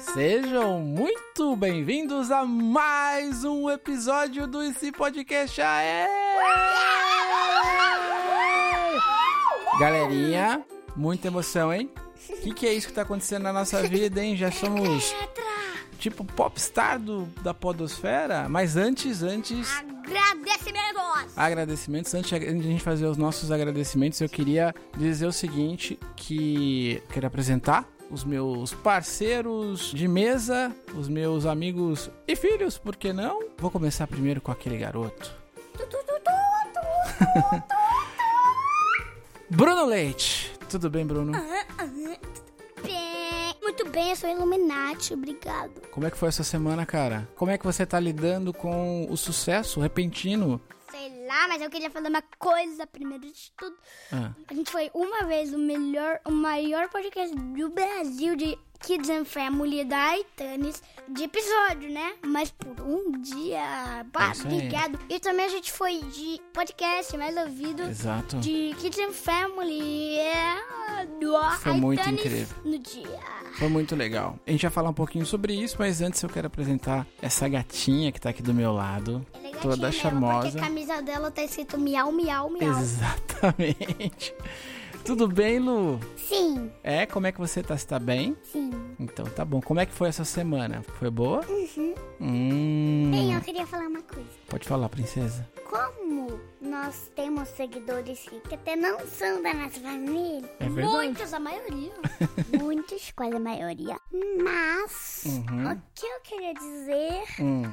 Sejam muito bem-vindos a mais um episódio do Esse Podcast Aê! Galerinha, muita emoção, hein? O que, que é isso que tá acontecendo na nossa vida, hein? Já somos tipo popstar do, da podosfera, mas antes, antes... Agradecimentos! Agradecimentos. Antes de a gente fazer os nossos agradecimentos, eu queria dizer o seguinte, que queria apresentar os meus parceiros de mesa, os meus amigos e filhos, por que não? Vou começar primeiro com aquele garoto. Tu, tu, tu, tu, tu, tu. Bruno Leite. Tudo bem, Bruno? Aham, aham, tudo bem. Muito bem, eu sou Illuminati, obrigado. Como é que foi essa semana, cara? Como é que você tá lidando com o sucesso repentino? Sei lá, mas eu queria falar uma coisa primeiro de tudo. Ah, A gente foi uma vez o melhor, o maior podcast do Brasil de Kids and Family da Itanes de episódio, né? Mas por um dia. Bah, É isso aí. obrigado. E também a gente foi de podcast mais ouvido exato. de Kids and Family é, do Foi muito iTunes incrível. no dia. Foi muito legal. A gente vai falar um pouquinho sobre isso, mas antes eu quero apresentar essa gatinha que tá aqui do meu lado. Ela é gatinha Toda mesmo, charmosa. Porque a camisa dela tá escrito miau, miau, miau. Exatamente. Tudo bem, Lu? Sim, É, como é que você tá? Você tá bem? sim. Então tá bom. Como é que foi essa semana? Foi boa? Uhum. Hum. Bem, eu queria falar uma coisa. Pode falar, princesa. Como nós temos seguidores que até não são da nossa família. É verdade. Muitos, a maioria. Muitos, quase a maioria. Mas, Uhum. o que eu queria dizer Hum.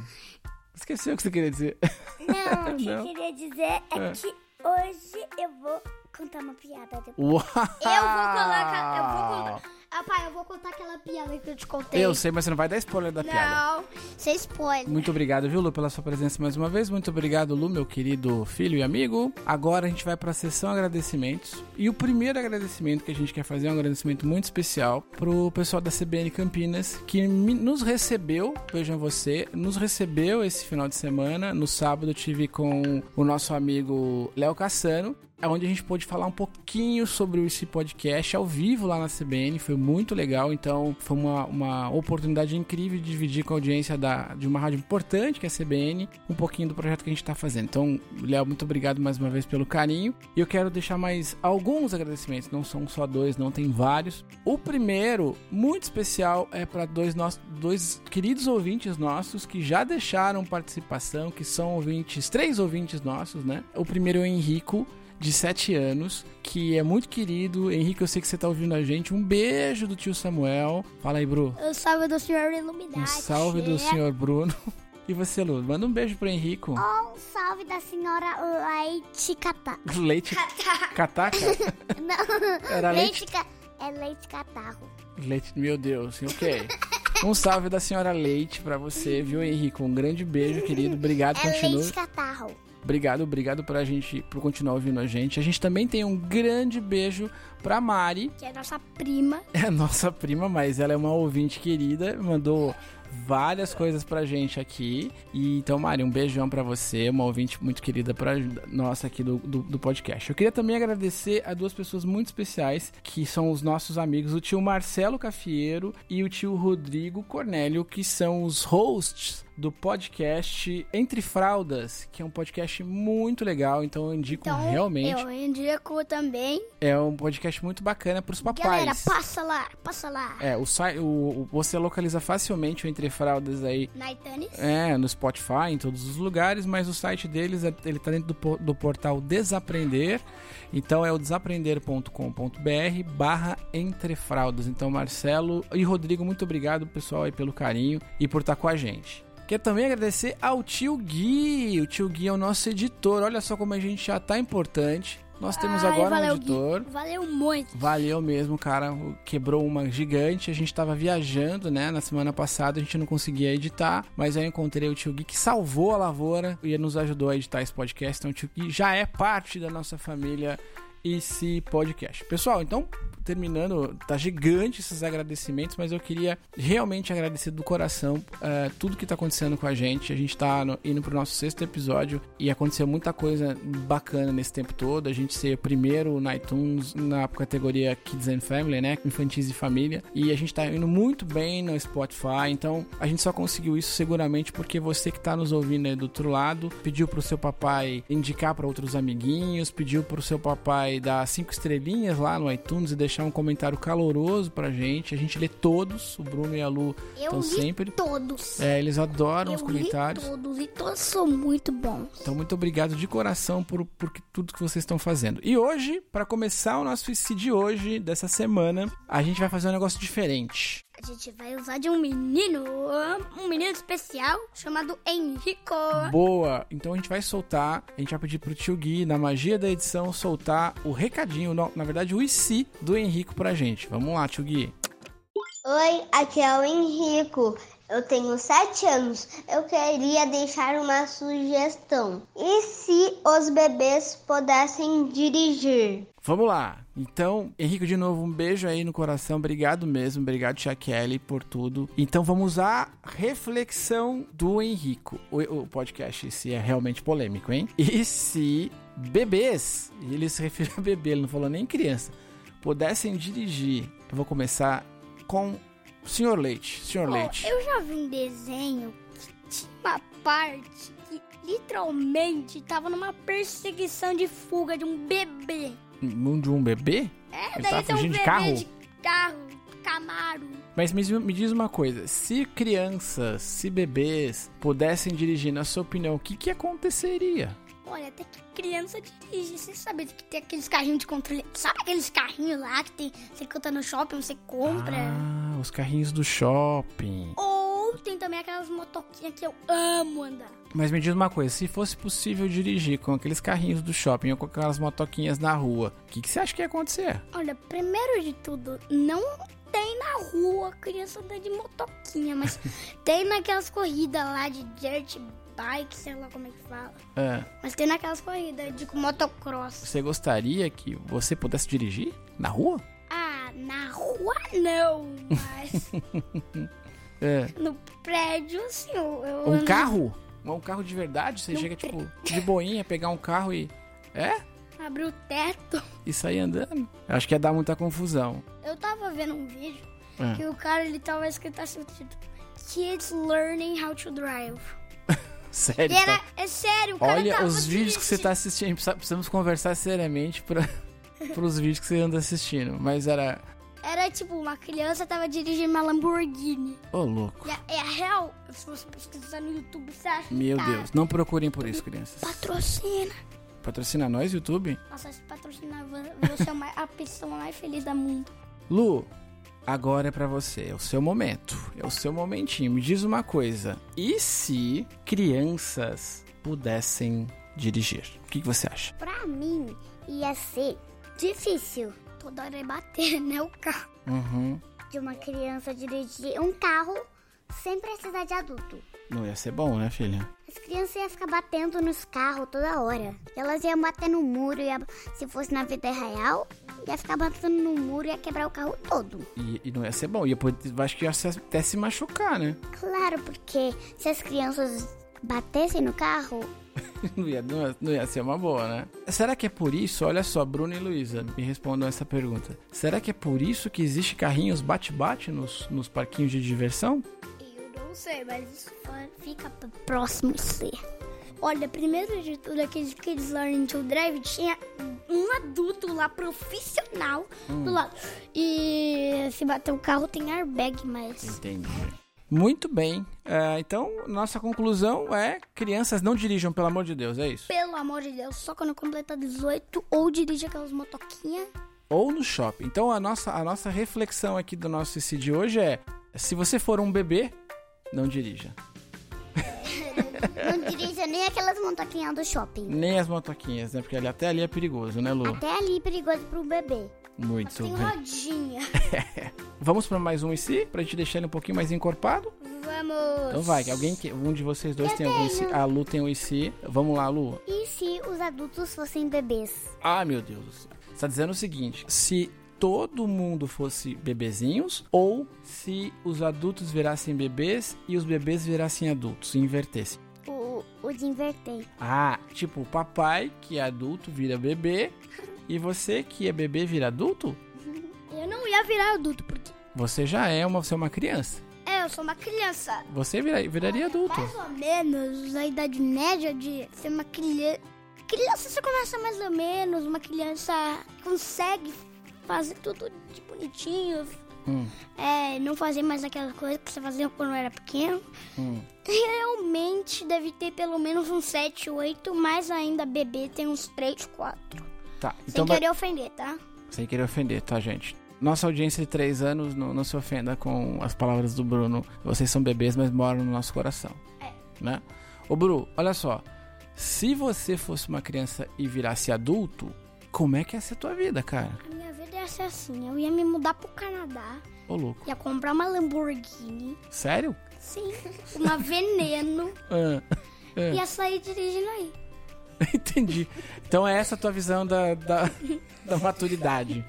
Esqueceu o que você queria dizer. Não, o que Não. eu queria dizer é, É. que hoje eu vou contar uma piada depois. Uau! Eu vou colocar. Eu vou contar. Ah, pai, eu vou contar aquela piada que eu te contei. Eu sei, mas você não vai dar spoiler da piada. Não, sem spoiler. Muito obrigado, viu, Lu, pela sua presença mais uma vez. Muito obrigado, Lu, meu querido filho e amigo. Agora a gente vai para a sessão agradecimentos. E o primeiro agradecimento que a gente quer fazer é um agradecimento muito especial pro pessoal da CBN Campinas que me- nos recebeu, vejam você, nos recebeu esse final de semana. No sábado eu tive com o nosso amigo Léo Cassano. É onde a gente pôde falar um pouquinho sobre esse podcast ao vivo lá na CBN. Foi muito legal. Então, foi uma, uma oportunidade incrível de dividir com a audiência da, de uma rádio importante, que é a CBN, um pouquinho do projeto que a gente está fazendo. Então, Léo, muito obrigado mais uma vez pelo carinho. E eu quero deixar mais alguns agradecimentos. Não são só dois, não, tem vários. O primeiro, muito especial, é para dois, nossos, dois queridos ouvintes nossos que já deixaram participação, que são ouvintes, três ouvintes nossos, né? O primeiro é o Henrico de 7 anos, que é muito querido. Henrique, eu sei que você tá ouvindo a gente. Um beijo do tio Samuel. Fala aí, Bru. Um salve do senhor É Iluminati. Um salve do senhor Bruno. E você, Lu, manda um beijo pro Henrico. Ou um salve da senhora Leite Catarro. Leite cataca? Não, Era leite? leite ca... é Leite Catarro. Leite, meu Deus, ok. Um salve da senhora Leite pra você, viu, Henrico? Um grande beijo, querido. Obrigado, É continua. Leite Catarro. Obrigado, obrigado pra gente, por continuar ouvindo a gente. A gente também tem um grande beijo pra Mari, Que é nossa prima. é a nossa prima, mas ela é uma ouvinte querida, mandou várias coisas pra gente aqui. E então, Mari, um beijão pra você, uma ouvinte muito querida pra nossa aqui do, do, do podcast. Eu queria também agradecer a duas pessoas muito especiais, que são os nossos amigos, o tio Marcelo Cafieiro e o tio Rodrigo Cornélio, que são os hosts do podcast Entre Fraldas, que é um podcast muito legal, então eu indico Então, realmente. eu indico também. É um podcast muito bacana pros papais. Galera, passa lá, passa lá. É, o, sai- o, o- você localiza facilmente o Entre Fraldas aí. Na Itanes. É, no Spotify, em todos os lugares, mas o site deles, é- ele tá dentro do, po- do portal Desaprender. Então é o desaprender.com.br barra Entre Fraldas. Então, Marcelo e Rodrigo, muito obrigado, pessoal, aí pelo carinho e por estar com a gente. Quero também agradecer ao tio Gui. O tio Gui é o nosso editor. Olha só como a gente já tá importante. Nós temos Ai, agora valeu, um editor. Gui. Valeu muito. Valeu mesmo, cara. Quebrou uma gigante. A gente tava viajando, né? Na semana passada a gente não conseguia editar, mas aí eu encontrei o tio Gui que salvou a lavoura e nos ajudou a editar esse podcast. Então o tio Gui já é parte da nossa família esse podcast. Pessoal, então, terminando, tá gigante esses agradecimentos, mas eu queria realmente agradecer do coração eh, tudo que tá acontecendo com a gente. A gente tá no- indo pro nosso sexto episódio e aconteceu muita coisa bacana nesse tempo todo. A gente ser primeiro na iTunes na categoria Kids and Family, né? Infantis e Família. E a gente tá indo muito bem no Spotify, então a gente só conseguiu isso seguramente porque você que tá nos ouvindo aí do outro lado pediu pro seu papai indicar para outros amiguinhos, pediu pro seu papai dar cinco estrelinhas lá no iTunes e deixar um comentário caloroso pra gente. A gente lê todos, o Bruno e a Lu Eu estão li sempre. todos. Então, É, eles adoram eu os li comentários. todos e todos são muito bons. Então, muito obrigado de coração por, por que- tudo que vocês estão fazendo. E hoje, pra começar o nosso IC de hoje, dessa semana, a gente vai fazer um negócio diferente. A gente vai usar de um menino, um menino especial chamado Henrico. Boa! Então a gente vai soltar, a gente vai pedir pro tio Gui, na magia da edição, soltar o recadinho, não, na verdade o IC do Henrico pra gente. Vamos lá, tio Gui. Oi, aqui é o Henrico. Eu tenho sete anos. Eu queria deixar uma sugestão. E se os bebês pudessem dirigir? Vamos lá. Então, Henrico, de novo, um beijo aí no coração. Obrigado mesmo. Obrigado, Tia Kelly, por tudo. Então, vamos à reflexão do Henrico. O, o podcast, se é realmente polêmico, hein? E se bebês, e ele se referiu a bebê, ele não falou nem criança, pudessem dirigir, eu vou começar com o Senhor Leite. Senhor Pô, Leite. eu já vi um desenho que tinha uma parte que literalmente tava numa perseguição de fuga de um bebê. Mundo de um bebê? É, ele Daí tava tem um fugindo de bebê carro? de carro, Camaro. Mas me, me diz uma coisa, se crianças, se bebês pudessem dirigir, na sua opinião, o que, que aconteceria? Olha, até que criança dirige. Você sabe que tem aqueles carrinhos de controle. Sabe aqueles carrinhos lá que tem. Você conta no shopping, você compra. Ah, os carrinhos do shopping. Ou tem também aquelas motoquinhas que eu amo andar. Mas me diz uma coisa, se fosse possível dirigir com aqueles carrinhos do shopping ou com aquelas motoquinhas na rua, o que, que você acha que ia acontecer? Olha, primeiro de tudo, não tem na rua criança andando de motoquinha, mas tem naquelas corridas lá de dirt bike, sei lá como é que fala. Ah, Mas tem naquelas corridas de motocross. você gostaria que você pudesse dirigir na rua? Ah, na rua não, mas Ah, no prédio sim. Eu, eu um ando- carro? Um carro de verdade? Você Não chega, tem. tipo, de boinha, pegar um carro e... É? Abri o teto. E sair andando? Eu acho que ia dar muita confusão. Eu tava vendo um vídeo Ah. que o cara ele tava escrito assim o título: Kids Learning How to Drive. Sério, E tá? era, é sério, o cara Olha tava os vídeos que você dirigindo. tá assistindo. A gente precisa- Precisamos conversar seriamente para os vídeos que você anda assistindo. Mas era. Era tipo, uma criança tava dirigindo uma Lamborghini. Ô, louco. E a, e a real, se você pesquisar no YouTube, você acha. Meu tá. Deus. Não procurem por isso, crianças. Patrocina. Patrocina nós, YouTube. Nossa, se patrocinar, vo- você é uma- a pessoa mais feliz do mundo. Lu, agora é pra você. É o seu momento. É o seu momentinho. Me diz uma coisa. E se crianças pudessem dirigir? O que, que você acha? Pra mim, ia ser difícil Toda hora é bater, né? O carro. Uhum. de uma criança dirigir um carro sem precisar de adulto. Não ia ser bom, né, filha? As crianças iam ficar batendo nos carros toda hora. Elas iam bater no muro, ia, se fosse na vida real, ia ficar batendo no muro e ia quebrar o carro todo. E, e não ia ser bom. Ia poder, acho que ia se- até se machucar, né? Claro, porque se as crianças batessem no carro, Não ia, não, ia- não ia ser uma boa, né? Será que é por isso? Olha só, Bruno e Luísa me respondam essa pergunta. Será que é por isso que existe carrinhos bate-bate nos, nos parquinhos de diversão? Eu não sei, mas isso fica pro próximo ser. Olha, primeiro de tudo, aqueles Kids Learning to Drive tinha um adulto lá profissional Hum. do lado. E se bater o carro tem airbag, mas. Entendi. Muito bem. É, então, nossa conclusão é: crianças não dirijam, pelo amor de Deus, é isso. Pelo amor de Deus, só quando completar 18 ou dirige aquelas motoquinhas. Ou no shopping. Então, a nossa, a nossa reflexão aqui do nosso IC de hoje é: se você for um bebê, não dirija. Não dirija nem aquelas montoquinhas do shopping. Nem as motoquinhas, né? Porque ali- até ali é perigoso, né, Lu? Até é ali perigoso pro bebê. Muito Tem bem. rodinha. Vamos pra mais um IC, pra gente deixar ele um pouquinho mais encorpado? Vamos. Então vai, que alguém que, um de vocês dois tem algum IC. A Lu tem um IC. Vamos lá, Lu. E se os adultos fossem bebês? Ah, meu Deus do céu. Está dizendo o seguinte: se todo mundo fosse bebezinhos ou se os adultos virassem bebês e os bebês virassem adultos e invertessem. O, o de inverter. Ah, tipo, o papai que é adulto vira bebê e você que é bebê vira adulto? Eu não ia virar adulto, porque. Você já é uma, você é uma criança. É, eu sou uma criança. Você vira- viraria adulto. Mais ou menos a idade média de ser uma criança. Criança você começa mais ou menos, uma criança consegue fazer tudo de bonitinho. Hum. É, não fazer mais aquela coisa que você fazia quando era pequeno. Hum. Realmente deve ter pelo menos uns 7, 8, mas ainda bebê tem uns 3, 4. Tá, Sem então vai- querer ofender, tá? Sem querer ofender, tá, gente? Nossa audiência de 3 anos, não, não se ofenda com as palavras do Bruno. Vocês são bebês, mas moram no nosso coração. Né? Ô, Bru, olha só. Se você fosse uma criança e virasse adulto, como é que ia ser a tua vida, cara? A minha vida ia ser assim, eu ia me mudar pro Canadá, Ô, louco. ia comprar uma Lamborghini, Sério? sim, uma Veneno, Ah, É. ia sair dirigindo aí. entendi. Então é essa a tua visão da, da, da maturidade.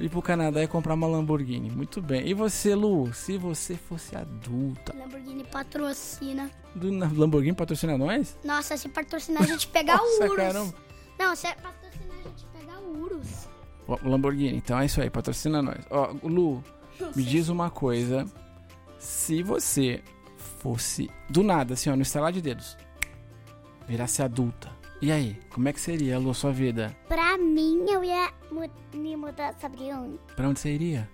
Ir pro Canadá e comprar uma Lamborghini. Muito bem. E você, Lu? Se você fosse adulta... Lamborghini patrocina. Do, Lamborghini é patrocina nós? Nossa, se patrocinar a gente pegar Nossa, o Urus. caramba. Não, se patrocinar a gente pegar o Urus. Ó, Lamborghini, então é isso aí, patrocina nós. Ó, Lu, me diz uma coisa. Se você fosse do nada, assim, ó, no estalar de dedos, virasse adulta, e aí? Como é que seria, Lu, a sua vida? Pra mim, eu ia me mudar, sabe onde? Pra onde você iria?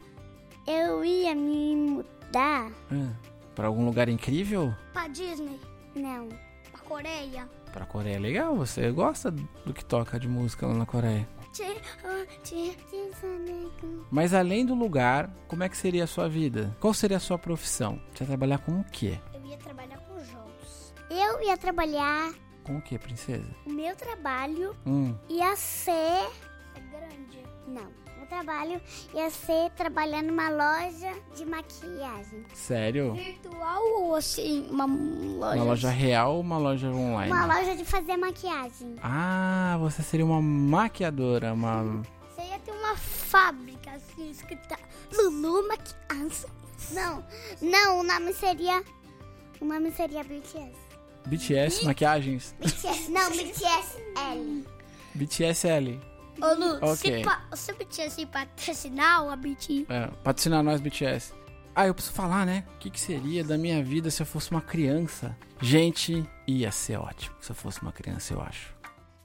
Eu ia me mudar Hã? Pra algum lugar incrível? pra Disney. Não. Pra Coreia. Pra Coreia, é legal, você gosta do que toca de música lá na Coreia. Tchê, ah, tchê, tchê, sanego. Mas além do lugar, como é que seria a sua vida? Qual seria a sua profissão? Você ia trabalhar com o quê? Eu ia trabalhar com jogos. Eu ia trabalhar. Com o quê, princesa? O meu trabalho Hum, ia ser. É grande? Não. Meu trabalho ia ser trabalhar numa loja de maquiagem. sério? Virtual ou assim, uma loja? Uma loja real ou uma loja online? Uma loja de fazer maquiagem. Ah, você seria uma maquiadora, uma. Você ia ter uma fábrica assim, escrita Lulu Maquiagem. Não, não, o nome seria. O nome seria BTS. BTS, maquiagens? BTS, não, BTS L. BTSL. Ô Lu, Ok. se, pa, se assim o BTS patrocinar a BT, É, patrocina nós, BTS. Ah, eu preciso falar, né? O que, que seria da minha vida se eu fosse uma criança? Gente, ia ser ótimo se eu fosse uma criança, eu acho.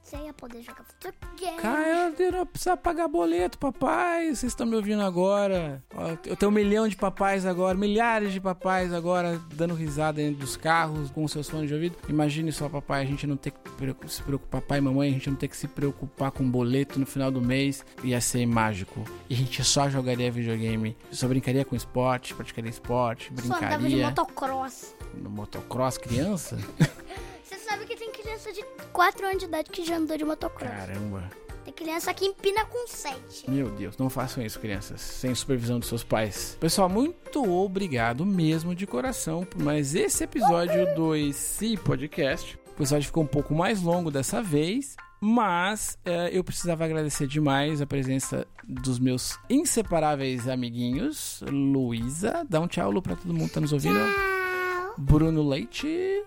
você ia poder jogar videogame. Cara, eu não precisa pagar boleto, papai. Vocês estão me ouvindo agora. Ó, Eu tenho um milhão de papais agora, milhares de papais agora dando risada dentro dos carros com seus fones de ouvido. Imagine só, papai, a gente não ter que preocu- se preocupar, pai e mamãe, a gente não ter que se preocupar com boleto no final do mês. Ia ser mágico. E a gente só jogaria videogame. Só brincaria com esporte, praticaria esporte, Só andava de brincaria motocross. no motocross criança. Você sabe que tem criança de 4 anos de idade que já andou de motocross. Caramba. Tem criança que empina com 7. Meu Deus, não façam isso, crianças, sem supervisão dos seus pais. Pessoal, muito obrigado mesmo de coração por mais esse episódio do IC Podcast. O episódio ficou um pouco mais longo dessa vez, mas eh, eu precisava agradecer demais a presença dos meus inseparáveis amiguinhos. Luísa, dá um tchau, Lu, pra todo mundo que tá nos ouvindo. Bruno Leite.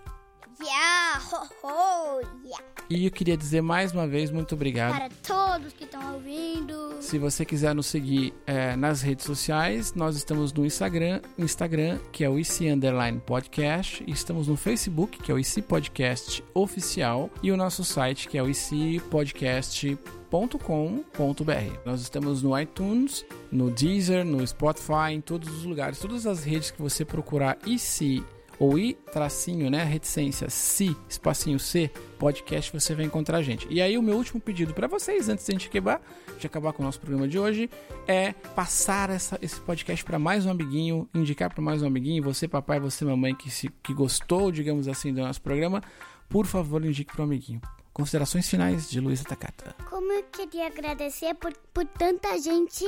Yeah, ho, ho, yeah. E eu queria dizer mais uma vez, muito obrigado. Para todos que estão ouvindo. Se você quiser nos seguir eh, nas redes sociais, nós estamos no Instagram, Instagram que é o IC Underline Podcast, e estamos no Facebook, que é o IC Podcast Oficial, e o nosso site, que é o icpodcast.com.br. Nós estamos no iTunes, no Deezer, no Spotify, em todos os lugares, todas as redes que você procurar IC ou i tracinho, né, reticência, se espacinho c, podcast você vai encontrar a gente. E aí o meu último pedido pra vocês antes da gente acabar, de acabar com o nosso programa de hoje, é passar essa, esse podcast pra mais um amiguinho, indicar pra mais um amiguinho, você papai, você mamãe que se que gostou, digamos assim, do nosso programa, por favor, indique para um amiguinho. Considerações finais de Luísa Takata. Como eu queria agradecer por, por tanta gente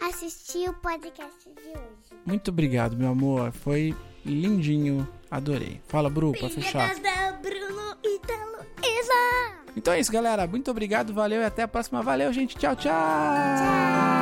assistir o podcast de hoje. Muito obrigado, meu amor. Foi lindinho. Adorei. Fala, Bru, pra fechar. da Bruno e da Luísa. Então é isso, galera. Muito obrigado, valeu e até a próxima. Valeu, gente. Tchau, tchau. tchau.